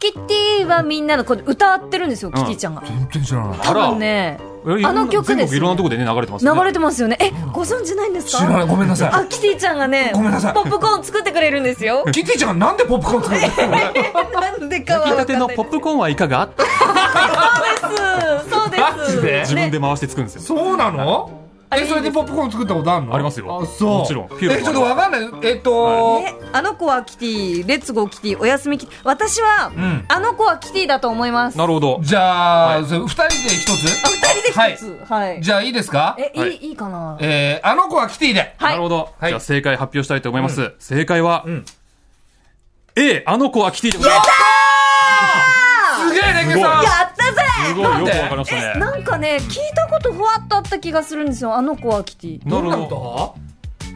[SPEAKER 3] キティはみんなのこう歌ってるんですよ、キティちゃんが。
[SPEAKER 2] 本当に知らない。
[SPEAKER 3] 多分ね、あの曲ですね
[SPEAKER 4] 全国いろんなとこでね流れてますね
[SPEAKER 3] 流れてますよね。え、ご存知ないんです
[SPEAKER 2] 知
[SPEAKER 3] から
[SPEAKER 2] ない。ごめんなさ
[SPEAKER 3] あ、
[SPEAKER 2] い。
[SPEAKER 3] キティちゃんがね、
[SPEAKER 2] ごめんなさい
[SPEAKER 3] ポップコーン作ってくれるんです
[SPEAKER 2] (laughs)。
[SPEAKER 3] よ
[SPEAKER 2] キティちゃんがなんでポップコーン作るの？
[SPEAKER 3] なんでかは
[SPEAKER 4] 焼きた
[SPEAKER 3] 分
[SPEAKER 4] て
[SPEAKER 3] かん
[SPEAKER 4] の
[SPEAKER 3] ない
[SPEAKER 4] ポップコーンはいかが
[SPEAKER 3] そうです。そうで
[SPEAKER 4] (laughs) 自
[SPEAKER 3] す。
[SPEAKER 4] 分
[SPEAKER 3] ね
[SPEAKER 4] で回して作るんですよ
[SPEAKER 2] そうなの？え、それでポップコーン作ったことあるの？
[SPEAKER 4] ありますよ
[SPEAKER 2] あ、そう。
[SPEAKER 4] もちろんピューロ
[SPEAKER 2] え、ちょっとわかんない。えっと、
[SPEAKER 3] えあの子はキティ、レッツゴーキティ、おやすみキティ。私は、
[SPEAKER 2] ん
[SPEAKER 3] あの子はキティだと思います。
[SPEAKER 4] なるほど
[SPEAKER 2] じゃあ
[SPEAKER 4] は
[SPEAKER 2] それ二人で一つ。
[SPEAKER 3] あ、二人で一つ。はい。
[SPEAKER 2] じゃあいいですか？
[SPEAKER 3] え、い
[SPEAKER 4] はい
[SPEAKER 3] い、いいかな
[SPEAKER 2] えー、あの子はキティで。
[SPEAKER 3] はい
[SPEAKER 4] なるほど。
[SPEAKER 2] はい
[SPEAKER 4] じゃあ正解発表したいと思います。正解は、
[SPEAKER 2] ん
[SPEAKER 4] A、あの子はキティでございます。
[SPEAKER 2] すげえレケさん。
[SPEAKER 3] やったぜ
[SPEAKER 4] すごい、
[SPEAKER 2] なん
[SPEAKER 4] よ
[SPEAKER 2] で
[SPEAKER 4] くわかりましたね。
[SPEAKER 3] なんかね、聞いたことふわっとあった気がするんですよ。あの子はキティ。
[SPEAKER 4] なるほど。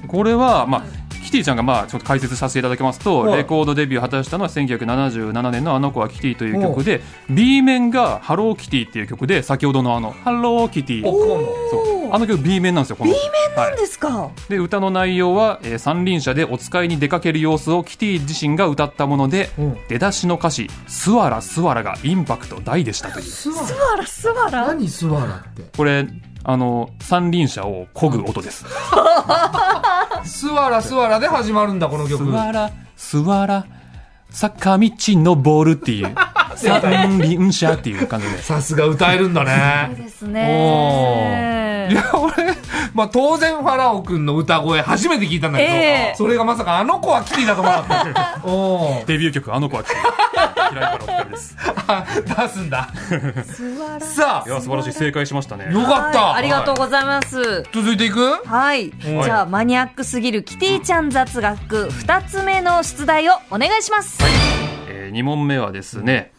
[SPEAKER 4] これは、まあ、キキティちゃんがまあちょっと解説させていただきますと
[SPEAKER 2] はい
[SPEAKER 4] レコードデビューを果たしたのは1977年の「あの子はキティ」という曲で B 面が「ハローキティ」っていう曲で先ほどのあの「ハローキティ」
[SPEAKER 2] おこも
[SPEAKER 4] そうあの曲 B 面なんですよこの B 面
[SPEAKER 3] なんですか。
[SPEAKER 4] で歌の内容は、えー三輪車でお使いに出かける様子をキティ自身が歌ったもので、
[SPEAKER 2] うん
[SPEAKER 4] 出だしの歌詞「スワラスワラ」がインパクト大でしたという
[SPEAKER 2] スワ
[SPEAKER 3] スワラスワラ。
[SPEAKER 2] 何スワラって
[SPEAKER 4] これあの三輪車を漕ぐ音です「
[SPEAKER 2] スワラスワラで始まるんだこの
[SPEAKER 4] ス
[SPEAKER 2] 曲
[SPEAKER 4] ワラスワラ坂道登る」っ
[SPEAKER 2] (laughs)
[SPEAKER 4] ていう三輪車っていう感じで
[SPEAKER 2] さすが歌えるんだ
[SPEAKER 3] いい
[SPEAKER 2] ね
[SPEAKER 3] ですね。
[SPEAKER 2] (laughs) いや俺、まあ、当然ファラオくんの歌声初めて聞いたんだけど、
[SPEAKER 3] ええ
[SPEAKER 2] それがまさかあの子はキティだと思わな
[SPEAKER 3] (laughs)
[SPEAKER 2] かったおー
[SPEAKER 4] デビュー曲「あの子はキティ」平井からお二人です
[SPEAKER 2] あ出すんだ
[SPEAKER 3] スワラ。
[SPEAKER 2] さ
[SPEAKER 4] い
[SPEAKER 2] あ
[SPEAKER 4] や素晴らしい正解しましたね
[SPEAKER 2] よかった、
[SPEAKER 3] はいありがとうございます。
[SPEAKER 2] 続いていく
[SPEAKER 3] はい、じゃあマニアックすぎるキティちゃん雑学二つ目の出題をお願いします。
[SPEAKER 4] え2問目はですね、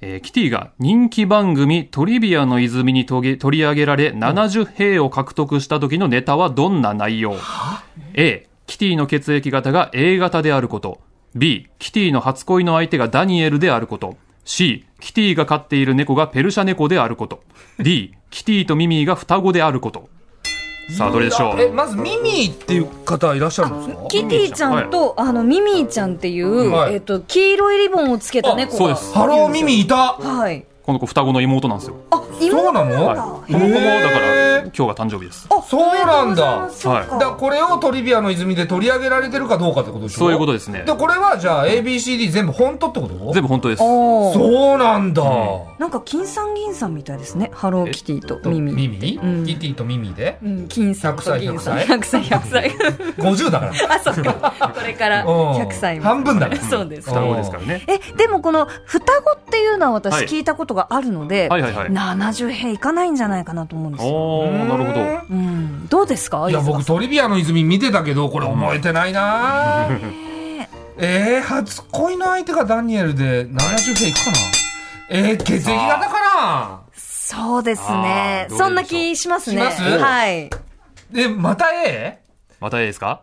[SPEAKER 4] えーキティが人気番組「トリビアの泉」にとげ取り上げられ70兵を獲得した時のネタはどんな内容 A キティの血液型が A 型であること B キティの初恋の相手がダニエルであること C キティが飼っている猫がペルシャ猫であること D キティとミミィが双子であることさあどれでしょう
[SPEAKER 2] えまずミミィっていう方いらっしゃるんですか
[SPEAKER 3] キティちゃんと、あのミミィちゃんっていう、
[SPEAKER 2] はい
[SPEAKER 3] えっと黄色いリボンをつけた猫が
[SPEAKER 4] そうです
[SPEAKER 2] ハローミミィいた
[SPEAKER 3] はい。
[SPEAKER 4] この子双子の妹なんですよ
[SPEAKER 3] あ、
[SPEAKER 2] そう
[SPEAKER 3] 妹
[SPEAKER 2] なの、
[SPEAKER 4] はいこの子もだから今日が誕生日です
[SPEAKER 3] あ
[SPEAKER 2] そうなんだ
[SPEAKER 3] おめでとうございますそう
[SPEAKER 4] は
[SPEAKER 2] だからこれをトリビアの泉で取り上げられてるかどうかってことでしょ
[SPEAKER 4] そういうことですね
[SPEAKER 2] でこれはじゃあ ABCD 全部本当ってこと
[SPEAKER 4] 全部本当です
[SPEAKER 3] おー
[SPEAKER 2] そうなんだ、
[SPEAKER 3] なんか金さん銀さんみたいですね。ハローキティと
[SPEAKER 2] と
[SPEAKER 3] ミミ。
[SPEAKER 2] ミミ、
[SPEAKER 3] うん
[SPEAKER 2] キティとミミで
[SPEAKER 3] うん、金さんと銀さん。
[SPEAKER 2] 100
[SPEAKER 3] 100歳、100歳。 (laughs)
[SPEAKER 2] 50だから
[SPEAKER 3] あ、そっか。これから
[SPEAKER 2] うん
[SPEAKER 3] 100歳。
[SPEAKER 2] 半分だね
[SPEAKER 3] そうです。
[SPEAKER 4] 双子ですからね
[SPEAKER 3] え、でもこの双子っていうのは私
[SPEAKER 4] はい
[SPEAKER 3] 聞いたことがあるので、
[SPEAKER 4] はいはいはい
[SPEAKER 3] 70兵いかないんじゃないかなと思うんですよ。
[SPEAKER 4] おーなるほど。
[SPEAKER 3] うん。どうですか
[SPEAKER 2] いや僕
[SPEAKER 3] 飯塚さん
[SPEAKER 2] トリビアの泉見てたけどこれ覚えてないな、えー、初恋の相手がダニエルで70点いくかなえー、血液型かな
[SPEAKER 3] そうですね。
[SPEAKER 4] あーどうでしょう
[SPEAKER 3] そんな気しますね。
[SPEAKER 2] します
[SPEAKER 3] はい。
[SPEAKER 2] でまた A?
[SPEAKER 4] またいいですか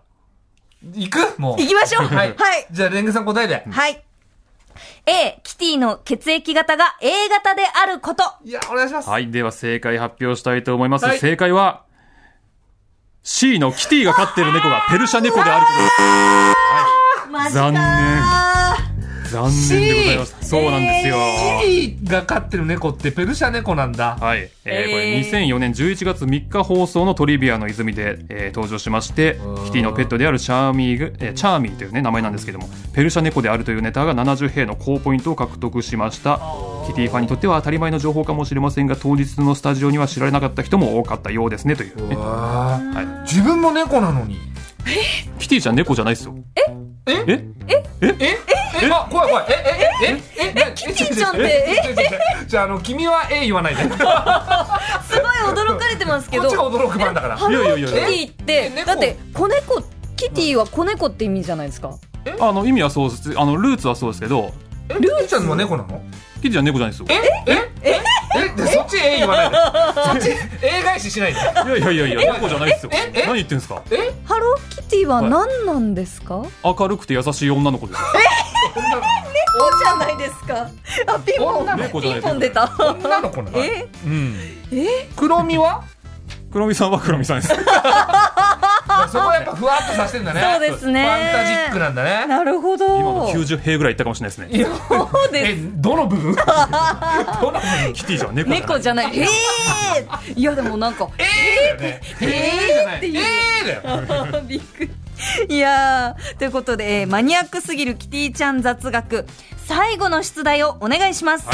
[SPEAKER 2] いくもう
[SPEAKER 3] 行きましょう
[SPEAKER 2] はい、
[SPEAKER 3] はい
[SPEAKER 2] じゃあレンゲさん答えで、
[SPEAKER 3] はい。A、キティの血液型が A 型であること。
[SPEAKER 2] いやお願いします、
[SPEAKER 4] はい。では正解発表したいと思います。
[SPEAKER 2] はい
[SPEAKER 4] 正解は、C のキティが飼ってる猫がペルシャ猫である
[SPEAKER 3] マ
[SPEAKER 4] ジかー残ことです。残念でございます。そうなんですよ。
[SPEAKER 2] キリが飼ってる猫ってペルシャ猫なんだ
[SPEAKER 4] はい。えーこ
[SPEAKER 3] え
[SPEAKER 4] れ
[SPEAKER 3] ー
[SPEAKER 4] 2004年11月3日放送のトリビアの泉で、えー登場しまして、キティのペットであるシャーミーが、えーチャーミーというね、名前なんですけども、ペルシャ猫であるというネタが70兵の高ポイントを獲得しました。キティファンにとっては当たり前の情報かもしれませんが、当日のスタジオには知られなかった人も多かったようですね、というね。
[SPEAKER 2] わー
[SPEAKER 4] はい。
[SPEAKER 2] 自分も猫なのに
[SPEAKER 4] キティちゃん猫じゃないですよ。
[SPEAKER 2] え
[SPEAKER 4] え
[SPEAKER 2] ええあ怖い怖いええええええキ
[SPEAKER 3] キティちゃんって
[SPEAKER 2] じゃああの君は A 言わないでこ
[SPEAKER 3] す
[SPEAKER 2] っ
[SPEAKER 3] ごい驚かれてますけど。
[SPEAKER 2] ちが驚く番だから
[SPEAKER 3] ハロー
[SPEAKER 4] いや
[SPEAKER 3] キ
[SPEAKER 4] い
[SPEAKER 3] テ
[SPEAKER 4] や
[SPEAKER 3] ィって
[SPEAKER 2] え猫
[SPEAKER 3] だって子猫キティは子猫って意味じゃないですか。
[SPEAKER 4] あの意味はそうです。あのルーツはそうですけど、
[SPEAKER 2] えキティちゃんも猫なの
[SPEAKER 4] キティちゃん猫じゃないですよ。
[SPEAKER 2] ええええでそっち A 言わないでそっち A 返ししないで
[SPEAKER 4] いやいやいやいや、猫じゃないですよ
[SPEAKER 2] ええ。え
[SPEAKER 4] 何言ってんですか。
[SPEAKER 2] え
[SPEAKER 3] ハローキティは何なんですか。猫
[SPEAKER 4] 明るくて優しい女の子ですよ。
[SPEAKER 3] じゃないですか。あピンポン
[SPEAKER 2] 女
[SPEAKER 4] の子
[SPEAKER 3] ピンポン出た。
[SPEAKER 2] 女の子なの
[SPEAKER 3] え
[SPEAKER 2] うん黒みは
[SPEAKER 4] 黒美さんは黒美さんです。
[SPEAKER 2] そこはやっぱふわっとさせてんだね
[SPEAKER 3] そうですね
[SPEAKER 2] ファンタジックなんだね
[SPEAKER 3] なるほ
[SPEAKER 4] 今の
[SPEAKER 3] ど。
[SPEAKER 4] 九十兵ぐらいいったかもしれないですね。
[SPEAKER 3] そう
[SPEAKER 2] え
[SPEAKER 3] です。
[SPEAKER 2] どの部分 (laughs) どの部分
[SPEAKER 4] キティちゃん猫じゃな
[SPEAKER 3] 猫
[SPEAKER 4] い。
[SPEAKER 3] じゃない。へえ。いやでもなんか
[SPEAKER 2] えーだよねえーじゃ
[SPEAKER 3] えー
[SPEAKER 2] ない
[SPEAKER 3] っていう
[SPEAKER 2] えーだよ
[SPEAKER 3] びっくり。いやーということで、えーマニアックすぎるキティちゃん雑学最後の出題をお願いします。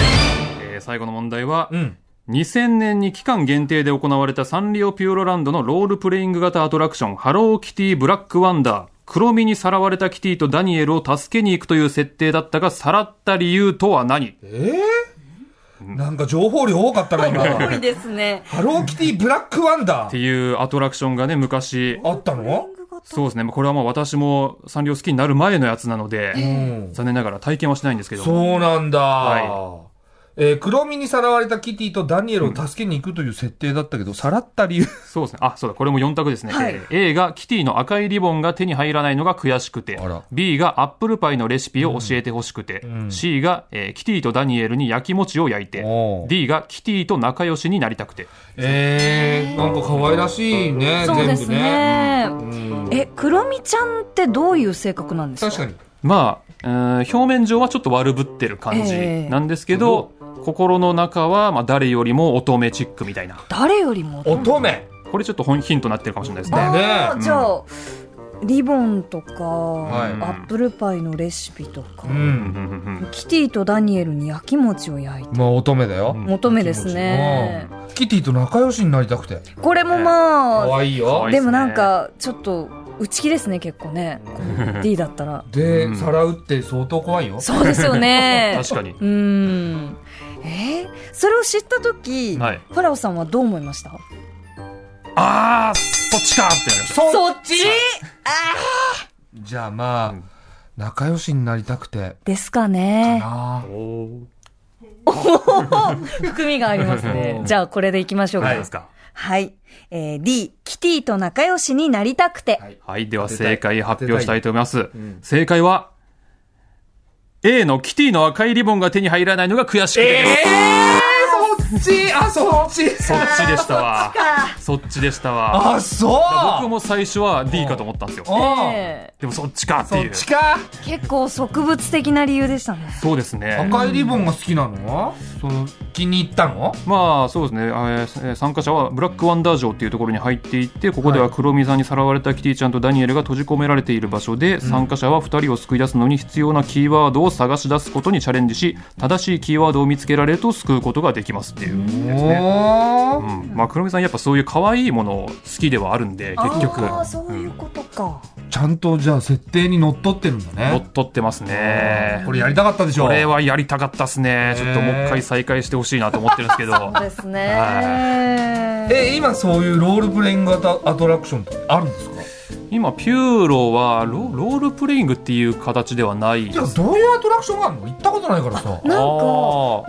[SPEAKER 4] えー最後の問題は
[SPEAKER 2] う。ん
[SPEAKER 4] 2000年に期間限定で行われたサンリオピューロランドのロールプレイング型アトラクションハローキティブラックワンダー黒身にさらわれたキティとダニエルを助けに行くという設定だったがさらった理由とは何
[SPEAKER 2] なんか情報量多かったな今
[SPEAKER 3] 多いですね。
[SPEAKER 2] ハローキティブラックワンダ
[SPEAKER 4] って
[SPEAKER 2] ー
[SPEAKER 4] いうアトラクションがね昔
[SPEAKER 2] あったの
[SPEAKER 4] そうですね。これはもう私もサンリオ好きになる前のやつなので、
[SPEAKER 2] うん
[SPEAKER 4] 残念ながら体験はしないんですけど。
[SPEAKER 2] そうなんだ、
[SPEAKER 4] は
[SPEAKER 2] ええー黒身にさらわれたキティとダニエルを助けに行くという設定だったけど、さらった理由。
[SPEAKER 4] そうですね。あ、そうだ、これも4択ですね。
[SPEAKER 3] はい
[SPEAKER 4] えー A がキティの赤いリボンが手に入らないのが悔しくて
[SPEAKER 2] あら、
[SPEAKER 4] B がアップルパイのレシピを教えてほしくて、C が、えーキティとダニエルに焼き餅を焼いて
[SPEAKER 2] おう、
[SPEAKER 4] D がキティと仲良しになりたくて。
[SPEAKER 2] えー、なんか可愛らしいね、
[SPEAKER 3] そうで
[SPEAKER 2] 全部
[SPEAKER 3] す
[SPEAKER 2] ね。
[SPEAKER 3] ね。
[SPEAKER 2] うん
[SPEAKER 3] え、クロミちゃんってどういう性格なんですか
[SPEAKER 2] 確かに。
[SPEAKER 4] まあ、うーん表面上はちょっと悪ぶってる感じ
[SPEAKER 3] ええ
[SPEAKER 4] なんですけど、心の中は、まあ、誰よりも乙女チックみたいな。
[SPEAKER 3] 誰よりも。
[SPEAKER 2] 乙女。
[SPEAKER 4] これちょっと本ヒントになってるかもしれないですね。
[SPEAKER 3] あ
[SPEAKER 2] ね
[SPEAKER 3] ーじゃあ、リボンとか、ア
[SPEAKER 2] い
[SPEAKER 3] ップルパイのレシピとか、
[SPEAKER 2] うん。
[SPEAKER 4] うんうんうん
[SPEAKER 3] キティとダニエルに焼き餅を焼いて
[SPEAKER 2] まあ乙女だよ。
[SPEAKER 3] 求めですね
[SPEAKER 2] うんキティと仲良しになりたくて。
[SPEAKER 3] これも
[SPEAKER 2] 可
[SPEAKER 3] まあ
[SPEAKER 2] 愛い
[SPEAKER 4] 可
[SPEAKER 2] よ
[SPEAKER 4] 愛い。
[SPEAKER 3] でもなんかちょっと内気ですね結構
[SPEAKER 4] (laughs)
[SPEAKER 3] ねこの D だったら
[SPEAKER 2] で、
[SPEAKER 4] うん
[SPEAKER 2] さらうって相当怖いよ。
[SPEAKER 3] そうですよね
[SPEAKER 4] (laughs) 確かに。
[SPEAKER 3] うんえーそれを知った時
[SPEAKER 4] はい
[SPEAKER 3] ファラオさんはどう思いました
[SPEAKER 4] あー、そっちかってなりました。
[SPEAKER 2] そ
[SPEAKER 3] そうっち
[SPEAKER 2] じゃあまあ、
[SPEAKER 4] うん
[SPEAKER 2] 仲良しになりたくて。
[SPEAKER 3] ですかね
[SPEAKER 2] あー
[SPEAKER 3] 含みがありますねじゃあこれでいきましょう
[SPEAKER 4] は
[SPEAKER 3] か
[SPEAKER 4] いですか。
[SPEAKER 3] はいえー D キティと仲良しになりたくて
[SPEAKER 2] はい
[SPEAKER 4] はい、では
[SPEAKER 2] 当てたい
[SPEAKER 4] 正解発表したいと思います。
[SPEAKER 2] ん
[SPEAKER 4] 正解は、A のキティの赤いリボンが手に入らないのが悔しくてで
[SPEAKER 2] そ
[SPEAKER 4] す、
[SPEAKER 2] っちあ、そっち
[SPEAKER 4] そっちでしたわ。そっちでしたわ。
[SPEAKER 2] あ、そう
[SPEAKER 4] 僕も最初は D かと思ったんですよ。
[SPEAKER 2] あー
[SPEAKER 3] え
[SPEAKER 4] でもそっちかって
[SPEAKER 2] そ
[SPEAKER 4] い
[SPEAKER 2] っ
[SPEAKER 4] う。
[SPEAKER 2] ちか
[SPEAKER 3] ー結構植物的な理由でしたね
[SPEAKER 4] そうですね。
[SPEAKER 2] 赤いリボンが好きなのその気に入ったの
[SPEAKER 4] まあそうですね、えーえー参加者はブラックワンダー城っていうところに入っていってここでは黒水さんにさらわれたキティちゃんとダニエルが閉じ込められている場所で、参加者は2人を救い出すのに必要なキーワードを探し出すことにチャレンジし正しいキーワードを見つけられると救うことができますっていう、
[SPEAKER 2] お
[SPEAKER 4] う
[SPEAKER 2] ー
[SPEAKER 4] んまあ、黒水さんやっぱそういう可愛いもの好きではあるんで結局
[SPEAKER 3] あーそういうことか、
[SPEAKER 2] ちゃんとじゃあ設定にのっとってるんだ
[SPEAKER 4] 乗
[SPEAKER 2] ね
[SPEAKER 4] っ取ってますね
[SPEAKER 2] これやりたかったでしょ
[SPEAKER 4] これはやりたかったっすねちょっともう一回再開してほしいなと思ってるんです (laughs) けど
[SPEAKER 3] そうですね
[SPEAKER 2] え今そういうロールプレイング型アトラクションってあるんですか
[SPEAKER 4] 今ピューロはロロールプレイングっていう形ではない
[SPEAKER 2] じゃあどういうアトラクションがあるの行ったことないからさ
[SPEAKER 3] なんか
[SPEAKER 4] あ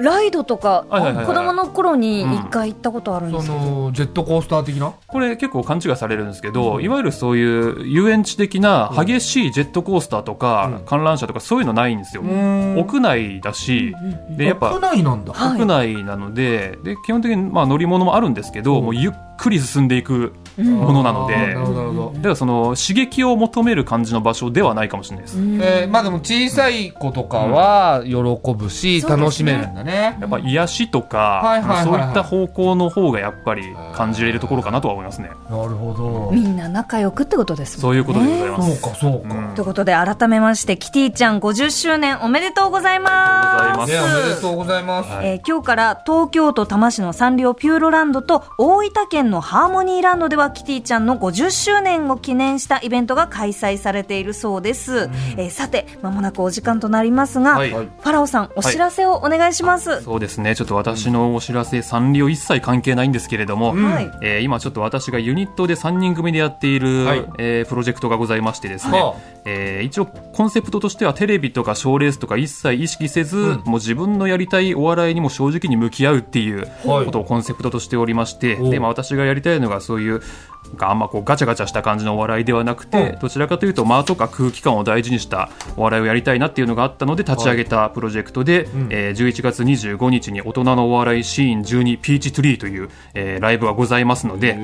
[SPEAKER 4] ー
[SPEAKER 3] ライドとか
[SPEAKER 4] はいはいはいはい
[SPEAKER 3] 子供の頃に一回行ったことあるんで
[SPEAKER 2] そ
[SPEAKER 3] すけど、
[SPEAKER 2] のジェットコースター的な
[SPEAKER 4] これ結構勘違いされるんですけど、いわゆるそういう遊園地的な激しいジェットコースターとか、
[SPEAKER 2] うん
[SPEAKER 4] 観覧車とかそういうのないんですよ、屋内だし、でやっ
[SPEAKER 2] 屋
[SPEAKER 4] ぱ
[SPEAKER 2] 内なんだ
[SPEAKER 3] はい
[SPEAKER 4] 屋内なのでで基本的にまあ乗り物もあるんですけど、もうゆっくり進んでいくものなので、
[SPEAKER 2] あーなるほどなるほど
[SPEAKER 4] だからその刺激を求める感じの場所ではないかもしれないです、
[SPEAKER 3] うん
[SPEAKER 2] えーまあでも小さい子とかは喜ぶし
[SPEAKER 3] そうですね
[SPEAKER 2] 楽しめるんだね
[SPEAKER 4] やっぱ癒しと
[SPEAKER 2] はいはいはいは
[SPEAKER 4] か
[SPEAKER 2] い
[SPEAKER 4] そういった方向の方がやっぱり感じれるところかなとは思いますね。
[SPEAKER 2] なるほ
[SPEAKER 3] みんな仲良くってことです
[SPEAKER 4] そ
[SPEAKER 3] もんね
[SPEAKER 4] ういうことでございま
[SPEAKER 2] ど
[SPEAKER 4] す。
[SPEAKER 2] そうかそう
[SPEAKER 4] う
[SPEAKER 2] か
[SPEAKER 4] んありが
[SPEAKER 3] とい
[SPEAKER 4] と
[SPEAKER 3] うことで改めましてキティちゃん50周年おめでとうございます
[SPEAKER 4] うござい
[SPEAKER 2] ね
[SPEAKER 4] ま
[SPEAKER 2] お
[SPEAKER 4] す。
[SPEAKER 2] めでとうございます
[SPEAKER 4] はい
[SPEAKER 3] えー今日から東京都多摩市のサンリオピューロランドと大分県のハーモニーランドではキティちゃんの50周年を記念したイベントが開催されているそうです、えーさてまもなくお時間となりますが、
[SPEAKER 4] はい
[SPEAKER 3] ファラオさんお知らせをお願いします、はい
[SPEAKER 4] そうですねちょっと私のお知らせ、サンリオ一切関係ないんですけれども、えー今ちょっと私がユニットで3人組でやっている、
[SPEAKER 2] はい
[SPEAKER 4] えープロジェクトがございましてですね、
[SPEAKER 2] は
[SPEAKER 4] えー一応コンセプトとしてはテレビとか賞ーレースとか一切意識せず、もう自分のやりたいお笑いにも正直に向き合うっていう
[SPEAKER 2] はい
[SPEAKER 4] ことをコンセプトとしておりまして、
[SPEAKER 2] おう
[SPEAKER 4] でまあ、私がやりたいのがそういうなんかあんまこうガチャガチャした感じのお笑いではなくて、
[SPEAKER 2] うん
[SPEAKER 4] どちらかというと間とか空気感を大事にしたお笑いをやりたいなっていうのがあったので立ち上げたプロジェクトで、えー11月25日に大人のお笑いシーン12ピーチトゥリーという、えーライブがございますので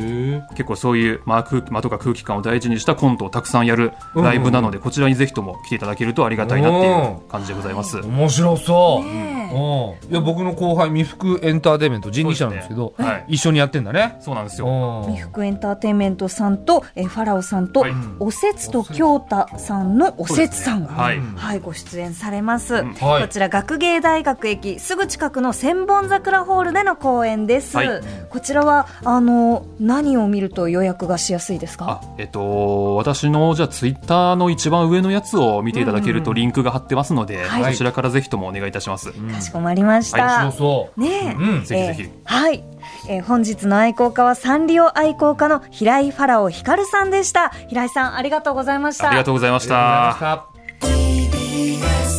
[SPEAKER 4] 結構そういう間空間とか空気感を大事にしたコントをたくさんやるライブなので、こちらにぜひとも来ていただけるとありがたいなっていう感じでございます。
[SPEAKER 2] 面白そう、
[SPEAKER 3] ね
[SPEAKER 2] うんいや僕の後輩未福エンターテインメント人力車なんですけど
[SPEAKER 4] そうですねはい
[SPEAKER 2] 一緒にやってんだね
[SPEAKER 4] そうなんですよ
[SPEAKER 2] うん
[SPEAKER 3] 未福エンターテインメントさんとえーファラオさんと、
[SPEAKER 4] はい
[SPEAKER 3] おせつと京太さんのおせつさんが、
[SPEAKER 4] はい
[SPEAKER 3] はい、ご出演されます、
[SPEAKER 2] はい
[SPEAKER 3] こちら学芸大学駅すぐ近くの千本桜ホールでの公演です、
[SPEAKER 4] はい
[SPEAKER 3] こちらはあの何を見ると予約がしやすいですか
[SPEAKER 4] あえっと、私のじゃあツイッターの一番上のやつを見ていただけるとリンクが貼ってますので、
[SPEAKER 3] はい
[SPEAKER 4] そちらからぜひともお願いいたします。
[SPEAKER 3] かしこまりました、
[SPEAKER 2] 面白そう
[SPEAKER 3] ねえ、
[SPEAKER 2] うん
[SPEAKER 4] ぜひぜひ
[SPEAKER 3] えーはい、えー本日の愛好家はサンリオ愛好家の平井ファラオ光さんでした平井さんありがとうございました
[SPEAKER 4] ありがとうございまし
[SPEAKER 2] ありがとうございま
[SPEAKER 4] た
[SPEAKER 2] し。た
[SPEAKER 5] TBS